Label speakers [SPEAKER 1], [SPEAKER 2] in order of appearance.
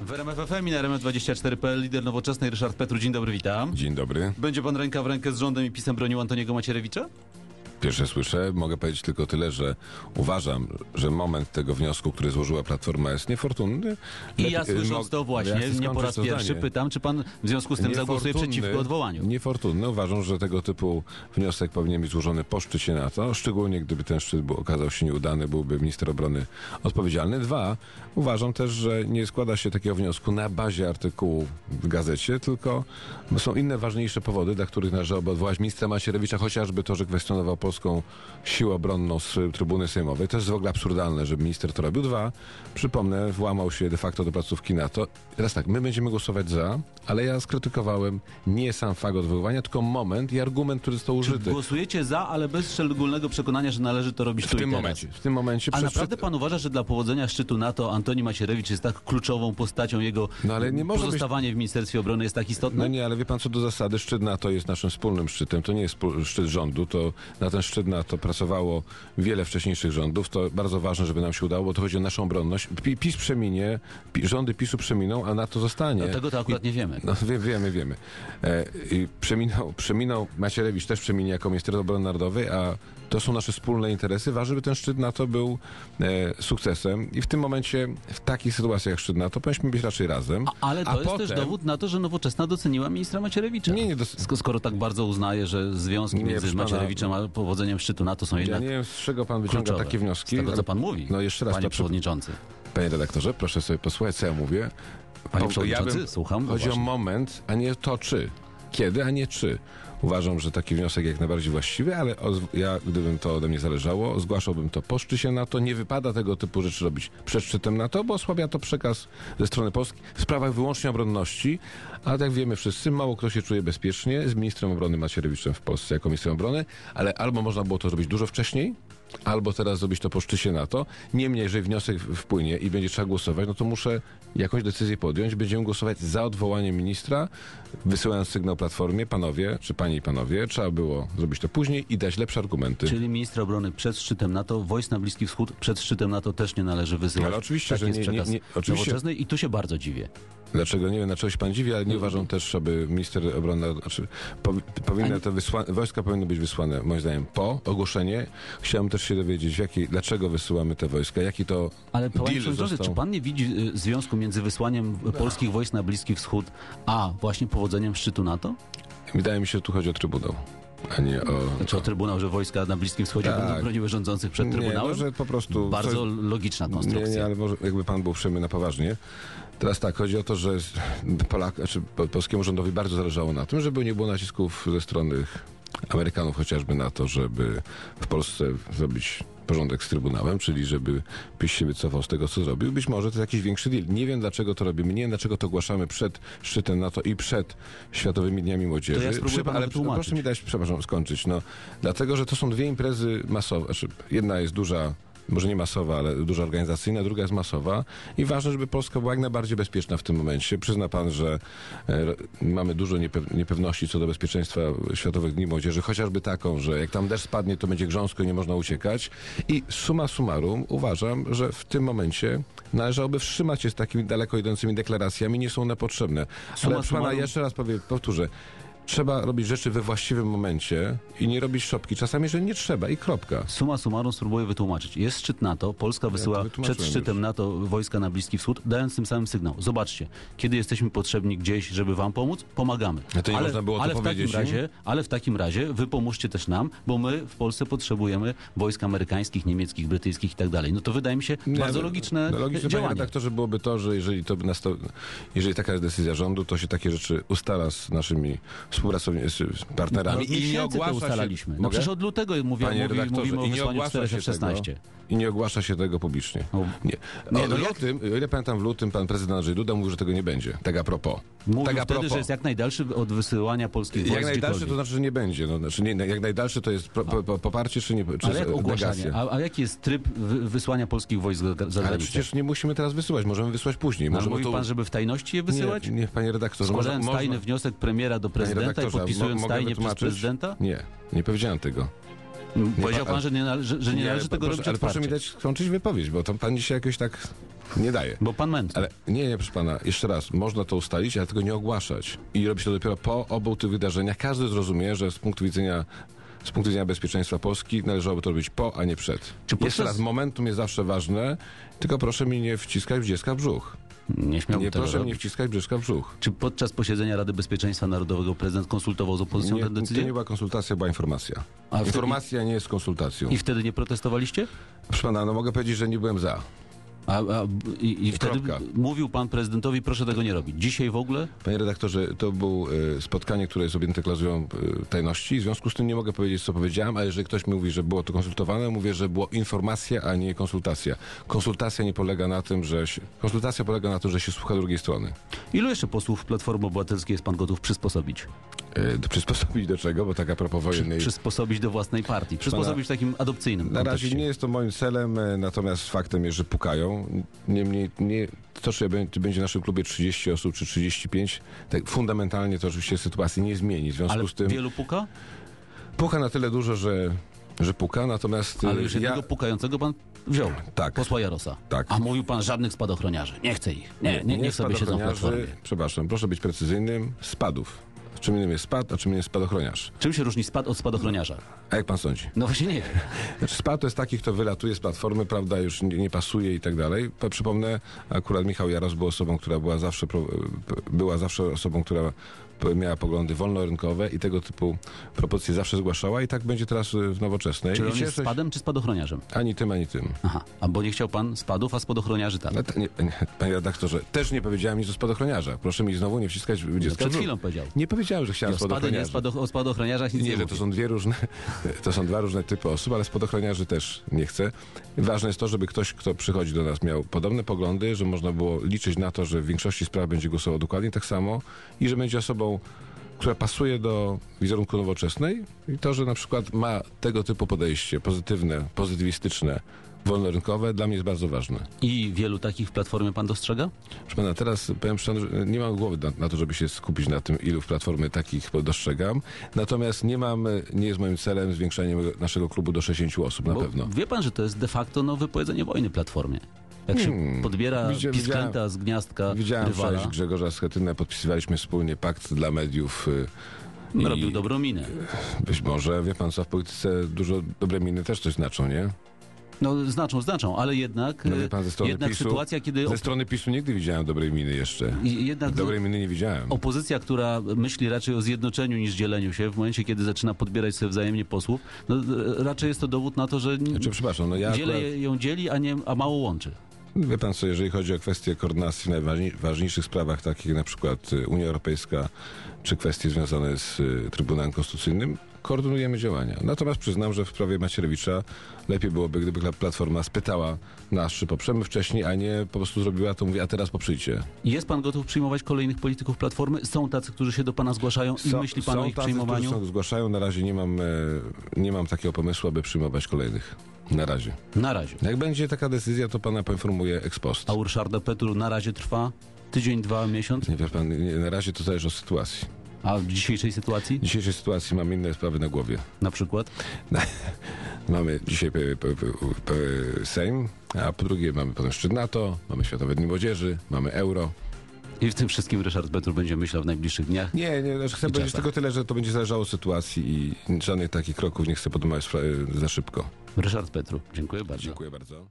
[SPEAKER 1] W RMF FM i na RMF24.pl lider nowoczesnej Ryszard Petru. Dzień dobry, witam.
[SPEAKER 2] Dzień dobry.
[SPEAKER 1] Będzie pan ręka w rękę z rządem i pisem bronił Antoniego Macierewicza?
[SPEAKER 2] Pierwsze słyszę. Mogę powiedzieć tylko tyle, że uważam, że moment tego wniosku, który złożyła Platforma jest niefortunny.
[SPEAKER 1] I
[SPEAKER 2] Lepiej- y,
[SPEAKER 1] ja
[SPEAKER 2] mo-
[SPEAKER 1] słysząc to
[SPEAKER 2] Ja
[SPEAKER 1] właśnie,
[SPEAKER 2] skończę
[SPEAKER 1] nie po raz
[SPEAKER 2] to
[SPEAKER 1] pierwszy
[SPEAKER 2] zdanie.
[SPEAKER 1] pytam, czy pan w związku z tym zagłosuje
[SPEAKER 2] Niefortunny-
[SPEAKER 1] przeciwko odwołaniu?
[SPEAKER 2] Niefortunny. Uważam, że tego typu wniosek powinien być złożony po szczycie NATO, szczególnie gdyby ten szczyt był, okazał się nieudany, byłby minister obrony odpowiedzialny. Dwa, uważam też, że nie składa się takiego wniosku na bazie artykułu w gazecie, tylko są inne ważniejsze powody, dla których należałoby odwołać ministra Macierewicza, chociażby to, że kwestionował polską siłę obronną z y, trybuny sejmowej. To jest w ogóle absurdalne, że minister to robił. Dwa, przypomnę, włamał się de facto do placówki NATO. Teraz tak, my będziemy głosować za, ale ja skrytykowałem nie sam fakt odwoływania, tylko moment i argument, który został użyty.
[SPEAKER 1] Głosujecie za, ale bez szczególnego przekonania, że należy to robić tu
[SPEAKER 2] W tym
[SPEAKER 1] i teraz.
[SPEAKER 2] momencie. W tym momencie
[SPEAKER 1] A
[SPEAKER 2] przez-
[SPEAKER 1] naprawdę pan uważa, że dla powodzenia szczytu NATO Antoni Macierewicz jest tak kluczową postacią, jego
[SPEAKER 2] No ale nie może być-
[SPEAKER 1] pozostawanie w Ministerstwie Obrony jest tak istotne?
[SPEAKER 2] No nie, ale wie pan co do zasady, szczyt NATO jest naszym wspólnym szczytem, to nie jest spó- szczyt rządu, to na ten szczyt NATO pracowało wiele wcześniejszych rządów, to bardzo ważne, żeby nam się udało, bo to chodzi o naszą obronność. Pi- PiS przeminie, pi- rządy PiSu przeminą, a NATO zostanie.
[SPEAKER 1] Tego to akurat nie wiemy.
[SPEAKER 2] No, wie, wiemy, wiemy. E, i przeminął, przeminął Macierewicz, też przeminie jako minister obrony narodowej, a to są nasze wspólne interesy. Ważne, by ten szczyt NATO był e, sukcesem i w tym momencie, w takich sytuacjach jak szczyt NATO, powinniśmy być raczej razem.
[SPEAKER 1] A- Ale to
[SPEAKER 2] A
[SPEAKER 1] jest też
[SPEAKER 2] potem-
[SPEAKER 1] dowód na to, że Nowoczesna doceniła ministra Macierewicza.
[SPEAKER 2] Nie, nie doc-
[SPEAKER 1] Sk- Skoro tak bardzo uznaje, że związki
[SPEAKER 2] Nie,
[SPEAKER 1] między
[SPEAKER 2] proszę pana.
[SPEAKER 1] Macierewiczem a powodzeniem szczytu NATO są
[SPEAKER 2] Ja
[SPEAKER 1] jednak
[SPEAKER 2] nie wiem, z czego pan wyciąga
[SPEAKER 1] kluczowe.
[SPEAKER 2] takie wnioski.
[SPEAKER 1] Z tego, co
[SPEAKER 2] ale-
[SPEAKER 1] pan mówi,
[SPEAKER 2] No jeszcze raz,
[SPEAKER 1] panie
[SPEAKER 2] to przy...
[SPEAKER 1] przewodniczący.
[SPEAKER 2] panie redaktorze, proszę sobie posłuchać, co ja mówię.
[SPEAKER 1] Panie
[SPEAKER 2] Bo
[SPEAKER 1] przewodniczący, słucham
[SPEAKER 2] No
[SPEAKER 1] No
[SPEAKER 2] Chodzi
[SPEAKER 1] uważnie.
[SPEAKER 2] o moment, a nie to czy. Kiedy, a nie czy. Uważam, że taki wniosek jak najbardziej właściwy, ale o, ja, gdybym to ode mnie zależało, zgłaszałbym to po szczycie NATO. Nie wypada tego typu rzeczy robić przed szczytem NATO, bo osłabia to przekaz ze strony Polski w sprawach wyłącznie obronności, a jak wiemy wszyscy, mało kto się czuje bezpiecznie z ministrem obrony Macierewiczem w Polsce jako ministrem obrony, ale albo można było to zrobić dużo wcześniej, albo teraz zrobić to po szczycie NATO. Niemniej, jeżeli wniosek w- wpłynie i będzie trzeba głosować, no to muszę jakąś decyzję podjąć. Będziemy głosować za odwołaniem ministra, wysyłając sygnał Platformie, panowie, czy panie i panowie, trzeba było zrobić to później i dać lepsze argumenty.
[SPEAKER 1] Czyli ministra obrony przed szczytem NATO, wojsk na Bliski Wschód przed szczytem NATO też nie należy wysyłać.
[SPEAKER 2] Ale oczywiście,
[SPEAKER 1] tak
[SPEAKER 2] że
[SPEAKER 1] jest
[SPEAKER 2] nie- nie-
[SPEAKER 1] przekaz
[SPEAKER 2] nie- oczywiście-
[SPEAKER 1] Nowoczesnej i tu się bardzo dziwię.
[SPEAKER 2] Dlaczego? Nie wiem, na czego się pan dziwi, ale nie uważam też, aby minister obrony narodowej... Znaczy, powi- powinna te wysła- wojska powinny być wysłane, moim zdaniem, po ogłoszenie. Chciałem też się dowiedzieć, w jakiej, dlaczego wysyłamy te wojska, jaki to
[SPEAKER 1] Ale panie
[SPEAKER 2] deal
[SPEAKER 1] przewodniczący,
[SPEAKER 2] został...
[SPEAKER 1] czy pan nie widzi y, związku między wysłaniem y, polskich wojsk na Bliski Wschód, a właśnie powodzeniem szczytu NATO?
[SPEAKER 2] Wydaje mi się, że tu chodzi o Trybunał, a nie o...
[SPEAKER 1] Czy Znaczy, o Trybunał, że wojska na Bliskim Wschodzie
[SPEAKER 2] Tak.
[SPEAKER 1] będą broniły rządzących przed
[SPEAKER 2] Nie,
[SPEAKER 1] Trybunałem?
[SPEAKER 2] no, że po prostu
[SPEAKER 1] Bardzo
[SPEAKER 2] coś-
[SPEAKER 1] logiczna konstrukcja.
[SPEAKER 2] Nie, nie, ale może jakby pan był uprzejmy na poważnie. Teraz tak, chodzi o to, że Polak, znaczy po- polskiemu rządowi bardzo zależało na tym, żeby nie było nacisków ze strony Amerykanów chociażby na to, żeby w Polsce zrobić porządek z Trybunałem, czyli żeby PiS się wycofał z tego, co zrobił. Być może to jest jakiś większy deal. Nie wiem, dlaczego to robimy, nie wiem, dlaczego to ogłaszamy przed szczytem NATO i przed Światowymi Dniami Młodzieży.
[SPEAKER 1] To ja spróbuję
[SPEAKER 2] Przepa-
[SPEAKER 1] panu
[SPEAKER 2] ale
[SPEAKER 1] wytłumaczyć.
[SPEAKER 2] proszę mi dać, przepraszam, skończyć. No, dlatego, że to są dwie imprezy masowe. Znaczy, jedna jest duża, może nie masowa, ale duża organizacyjna, druga jest masowa. I ważne, żeby Polska była jak najbardziej bezpieczna w tym momencie. Przyzna pan, że e, ro- mamy dużo niepe- niepewności co do bezpieczeństwa Światowych Dni Młodzieży, chociażby taką, że jak tam deszcz spadnie, to będzie grząsko i nie można uciekać. I suma summarum uważam, że w tym momencie należałoby wstrzymać się z takimi daleko idącymi deklaracjami, nie są one potrzebne.
[SPEAKER 1] Suma
[SPEAKER 2] ale proszę pana,
[SPEAKER 1] summarum-
[SPEAKER 2] jeszcze raz powiem, powtórzę. Trzeba robić rzeczy we właściwym momencie i nie robić szopki. Czasami, że nie trzeba i kropka.
[SPEAKER 1] Suma summarum spróbuję wytłumaczyć. Jest szczyt NATO, Polska wysyła
[SPEAKER 2] wytłumaczyłem
[SPEAKER 1] przed szczytem
[SPEAKER 2] już.
[SPEAKER 1] NATO wojska na Bliski Wschód, dając tym samym sygnał. Zobaczcie, kiedy jesteśmy potrzebni gdzieś, żeby wam pomóc, pomagamy.
[SPEAKER 2] A No to nie można było to
[SPEAKER 1] ale w
[SPEAKER 2] powiedzieć,
[SPEAKER 1] takim
[SPEAKER 2] nie?
[SPEAKER 1] razie, Ale w takim razie wy pomóżcie też nam, bo my w Polsce potrzebujemy wojsk amerykańskich, niemieckich, brytyjskich i tak dalej. No to wydaje mi się
[SPEAKER 2] Nie,
[SPEAKER 1] bardzo
[SPEAKER 2] no,
[SPEAKER 1] logiczne,
[SPEAKER 2] no, logiczne panie
[SPEAKER 1] działanie.
[SPEAKER 2] redaktorze byłoby to, że jeżeli, to by nasto... jeżeli taka jest decyzja rządu, to się takie rzeczy ustala z naszymi współpracownikami, z
[SPEAKER 1] No,
[SPEAKER 2] partnerami
[SPEAKER 1] od miesięcy to ustalaliśmy.
[SPEAKER 2] Się...
[SPEAKER 1] No
[SPEAKER 2] Mogę?
[SPEAKER 1] przecież od lutego mówię,
[SPEAKER 2] Panie
[SPEAKER 1] mówi,
[SPEAKER 2] redaktorze,
[SPEAKER 1] mówimy o
[SPEAKER 2] i nie
[SPEAKER 1] wysłaniu
[SPEAKER 2] ogłasza
[SPEAKER 1] 4
[SPEAKER 2] się
[SPEAKER 1] F-16.
[SPEAKER 2] tego. I nie ogłasza się tego publicznie.
[SPEAKER 1] No.
[SPEAKER 2] Nie.
[SPEAKER 1] Nie,
[SPEAKER 2] O,
[SPEAKER 1] no
[SPEAKER 2] w
[SPEAKER 1] jak-
[SPEAKER 2] lutym, o ile pamiętam, w lutym pan prezydent Andrzej Duda mówił, że tego nie będzie. Tak a propos.
[SPEAKER 1] Mówił
[SPEAKER 2] tak a
[SPEAKER 1] wtedy,
[SPEAKER 2] propos.
[SPEAKER 1] że jest jak najdalszy od wysyłania polskich wojsk
[SPEAKER 2] Jak najdalszy
[SPEAKER 1] gdziekolwiek.
[SPEAKER 2] to znaczy, że nie będzie. No, znaczy nie, jak najdalszy to jest pro, po, po, poparcie czy nie? Czy
[SPEAKER 1] Ale jak
[SPEAKER 2] z-
[SPEAKER 1] ogłaszanie?
[SPEAKER 2] negacja?
[SPEAKER 1] A, a jaki jest tryb wy, wysłania polskich wojsk za, za
[SPEAKER 2] Ale
[SPEAKER 1] granicę?
[SPEAKER 2] przecież nie musimy teraz wysyłać, możemy wysłać później.
[SPEAKER 1] Ale
[SPEAKER 2] Możemy
[SPEAKER 1] mówi
[SPEAKER 2] to-
[SPEAKER 1] pan, żeby w tajności je wysyłać?
[SPEAKER 2] Nie, nie panie redaktorze,
[SPEAKER 1] Składając tajny wniosek premiera do
[SPEAKER 2] Panie
[SPEAKER 1] prezydenta i
[SPEAKER 2] redaktorze,
[SPEAKER 1] podpisując
[SPEAKER 2] mo- mogę
[SPEAKER 1] tajnie przez
[SPEAKER 2] wytłumaczyć?
[SPEAKER 1] prezydenta?
[SPEAKER 2] Nie, nie powiedziałem tego.
[SPEAKER 1] Powiedział
[SPEAKER 2] ale-
[SPEAKER 1] pan, że nie należy, że nie
[SPEAKER 2] ale
[SPEAKER 1] należy
[SPEAKER 2] pa-
[SPEAKER 1] tego
[SPEAKER 2] proszę,
[SPEAKER 1] robić
[SPEAKER 2] Ale proszę mi
[SPEAKER 1] otwarcie.
[SPEAKER 2] dać skończyć wypowiedź, bo to pan dzisiaj jakoś tak Nie daje.
[SPEAKER 1] Bo pan mętny.
[SPEAKER 2] Ale nie, nie, proszę pana, jeszcze raz, można to ustalić, ale tego nie ogłaszać. I robi się to dopiero po obu tych wydarzeniach. Każdy zrozumie, że z punktu widzenia. Z punktu widzenia bezpieczeństwa Polski należałoby to robić po, a nie przed.
[SPEAKER 1] Czy podczas-
[SPEAKER 2] Jeszcze raz, momentum jest zawsze ważne, tylko proszę mi nie wciskać dziecka w brzuch.
[SPEAKER 1] Nie śmiał
[SPEAKER 2] Nie,
[SPEAKER 1] No, tego
[SPEAKER 2] proszę mi nie
[SPEAKER 1] robić.
[SPEAKER 2] wciskać brzuszka w brzuch.
[SPEAKER 1] Czy podczas posiedzenia Rady Bezpieczeństwa Narodowego prezydent konsultował z opozycją
[SPEAKER 2] Nie,
[SPEAKER 1] tę
[SPEAKER 2] to nie
[SPEAKER 1] decyzję?
[SPEAKER 2] była konsultacja, była informacja.
[SPEAKER 1] A wtedy-
[SPEAKER 2] Informacja nie jest konsultacją.
[SPEAKER 1] I wtedy nie protestowaliście?
[SPEAKER 2] Proszę pana, no mogę powiedzieć, że nie byłem za.
[SPEAKER 1] A, a, i, I wtedy
[SPEAKER 2] Kropka.
[SPEAKER 1] mówił pan prezydentowi, proszę tego nie robić. Dzisiaj w ogóle?
[SPEAKER 2] Panie redaktorze, to było e, spotkanie, które jest objęte klauzulą y, tajności. W związku z tym nie mogę powiedzieć, co powiedziałem, ale jeżeli ktoś mi mówi, że było to konsultowane, mówię, że było informacja, a nie konsultacja. Konsultacja nie polega na tym, że się, konsultacja polega na tym, że się słucha drugiej strony.
[SPEAKER 1] Ilu jeszcze posłów Platformy Obywatelskiej jest pan gotów przysposobić?
[SPEAKER 2] Y, do- Przysposobić do czego, bo tak a propos wojennej...
[SPEAKER 1] Przysposobić do własnej partii. Przysposobić w takim adopcyjnym
[SPEAKER 2] Na razie
[SPEAKER 1] kontekście.
[SPEAKER 2] nie jest to moim celem, e, natomiast faktem jest, że pukają. Niemniej nie, to, czy bę- czy będzie w naszym klubie 30 osób czy 35, tak fundamentalnie to oczywiście sytuacji nie zmieni. W związku
[SPEAKER 1] Ale
[SPEAKER 2] z tym
[SPEAKER 1] wielu puka?
[SPEAKER 2] puka na tyle dużo, że, że puka, natomiast e,
[SPEAKER 1] Ale już jednego
[SPEAKER 2] ja,
[SPEAKER 1] pukającego pan wziął.
[SPEAKER 2] Tak.
[SPEAKER 1] Posła Jarosa.
[SPEAKER 2] Tak.
[SPEAKER 1] A mówił pan żadnych spadochroniarzy. Nie chce ich. Nie, nie, nie, niech sobie siedzą w
[SPEAKER 2] spadochroniarzy-
[SPEAKER 1] Platformie.
[SPEAKER 2] Przepraszam, proszę być precyzyjnym, spadów. Czym innym jest spad, a czym innym jest spadochroniarz.
[SPEAKER 1] Czym się różni spad od spadochroniarza?
[SPEAKER 2] A jak pan sądzi?
[SPEAKER 1] No właśnie nie. wiem.
[SPEAKER 2] Znaczy, spad to jest taki, kto wylatuje z platformy, prawda, już nie, nie pasuje i tak dalej. Po- Przypomnę, akurat Michał Jaros był osobą, która była zawsze, pro, p- była zawsze osobą, która p- miała poglądy wolnorynkowe i tego typu propozycje zawsze zgłaszała i tak będzie teraz y, w nowoczesnej.
[SPEAKER 1] Czy
[SPEAKER 2] I
[SPEAKER 1] on jest
[SPEAKER 2] cieszę się-
[SPEAKER 1] spadem czy spadochroniarzem?
[SPEAKER 2] Ani tym, ani tym.
[SPEAKER 1] Aha, a bo nie chciał pan spadów, a spadochroniarzy tak.
[SPEAKER 2] No to nie, nie, panie redaktorze, też nie powiedziałem nic o spadochroniarzach. Proszę mi znowu nie wciskać dziecka.
[SPEAKER 1] No, Przed
[SPEAKER 2] w brzuch.
[SPEAKER 1] chwilą powiedział.
[SPEAKER 2] Nie powiedziałem, że chciałem
[SPEAKER 1] O spady, nie,
[SPEAKER 2] spadochroniarzy.
[SPEAKER 1] spadoch- o spadochroniarzach nic nie,
[SPEAKER 2] Nie, że to
[SPEAKER 1] mówi.
[SPEAKER 2] są dwie różne, to są dwa różne typy osób, ale spadochroniarzy też nie chcę. Ważne jest to, żeby ktoś, kto przychodzi do nas, miał podobne poglądy, że można było liczyć na to, że w większości spraw będzie głosował dokładnie tak samo i że będzie osobą, która pasuje do wizerunku nowoczesnej i to, że na przykład ma tego typu podejście pozytywne, pozytywistyczne, wolnorynkowe, dla mnie jest bardzo ważne.
[SPEAKER 1] I wielu takich w Platformie pan dostrzega?
[SPEAKER 2] Proszę pana, teraz powiem szczerze, że nie mam głowy na, na to, żeby się skupić na tym, ilu w Platformy takich dostrzegam. Natomiast nie mam, e, nie jest moim celem zwiększenie mojego- naszego klubu do 60 osób na
[SPEAKER 1] Bo
[SPEAKER 2] pewno.
[SPEAKER 1] Wie pan, że to jest de facto no, wypowiedzenie wojny Platformie. Jak się podbiera
[SPEAKER 2] Widzia-
[SPEAKER 1] pisklęta z gniazdka
[SPEAKER 2] Hmm. Widziałem
[SPEAKER 1] rywala,
[SPEAKER 2] wczoraj Grzegorza Schetynę, podpisywaliśmy wspólnie pakt dla mediów. y, I
[SPEAKER 1] no, robił dobrą minę.
[SPEAKER 2] Być może, wie pan co, w polityce dużo dobre miny też coś znaczą, nie?
[SPEAKER 1] No znaczą, znaczą, ale jednak,
[SPEAKER 2] No, wie
[SPEAKER 1] e,
[SPEAKER 2] pan, ze strony
[SPEAKER 1] jednak
[SPEAKER 2] PiSu-
[SPEAKER 1] sytuacja, kiedy
[SPEAKER 2] Ze strony PiSu nigdy widziałem dobrej miny jeszcze.
[SPEAKER 1] I- Jednak no,
[SPEAKER 2] Dobrej miny nie widziałem.
[SPEAKER 1] opozycja, która myśli raczej o zjednoczeniu niż dzieleniu się, w momencie, kiedy zaczyna podbierać sobie wzajemnie posłów, no, e, raczej jest to dowód na to, że n-
[SPEAKER 2] Znaczy, przepraszam, no ja
[SPEAKER 1] wiele
[SPEAKER 2] akurat...
[SPEAKER 1] je- ją dzieli, a, nie, a mało łączy.
[SPEAKER 2] Wie pan co, jeżeli chodzi o kwestie koordynacji w najważniejszych sprawach, takich jak na przykład y, Unia Europejska, czy kwestie związane z y, Trybunałem Konstytucyjnym, koordynujemy działania. Natomiast przyznam, że w sprawie Macierewicza lepiej byłoby, gdyby Pla- Platforma spytała nas, czy poprzemy wcześniej, a nie po prostu zrobiła to, mówi, a teraz poprzyjcie.
[SPEAKER 1] Jest pan gotów przyjmować kolejnych polityków Platformy? Są tacy, którzy się do pana zgłaszają i
[SPEAKER 2] Są-
[SPEAKER 1] myśli pan
[SPEAKER 2] są
[SPEAKER 1] o ich
[SPEAKER 2] tacy,
[SPEAKER 1] przyjmowaniu?
[SPEAKER 2] którzy są- Zgłaszają, na razie nie mam, e, nie mam takiego pomysłu, aby przyjmować kolejnych. Na razie.
[SPEAKER 1] Na razie.
[SPEAKER 2] Jak będzie taka decyzja, to pana poinformuję ex post.
[SPEAKER 1] A u Ryszarda Petru na razie trwa tydzień, dwa, miesiąc?
[SPEAKER 2] Nie, wie pan, nie, na razie to zależy od sytuacji.
[SPEAKER 1] A w dzisiejszej sytuacji
[SPEAKER 2] W dzisiejszej sytuacji mamy inne sprawy na głowie.
[SPEAKER 1] na przykład?
[SPEAKER 2] Mamy dzisiaj pe, pe, pe, pe, Sejm, a po drugie mamy potem szczyt NATO, mamy Światowe Dni Młodzieży, mamy euro.
[SPEAKER 1] I w tym wszystkim Ryszard Petru będzie myślał w najbliższych dniach.
[SPEAKER 2] Nie, nie, znaczy chcę
[SPEAKER 1] I
[SPEAKER 2] powiedzieć
[SPEAKER 1] czasach.
[SPEAKER 2] tylko tyle, że to będzie zależało od sytuacji i żadnych takich kroków nie chcę podejmować w sprawie e, za szybko.
[SPEAKER 1] Ryszard Petru, dziękuję bardzo.
[SPEAKER 2] Dziękuję bardzo.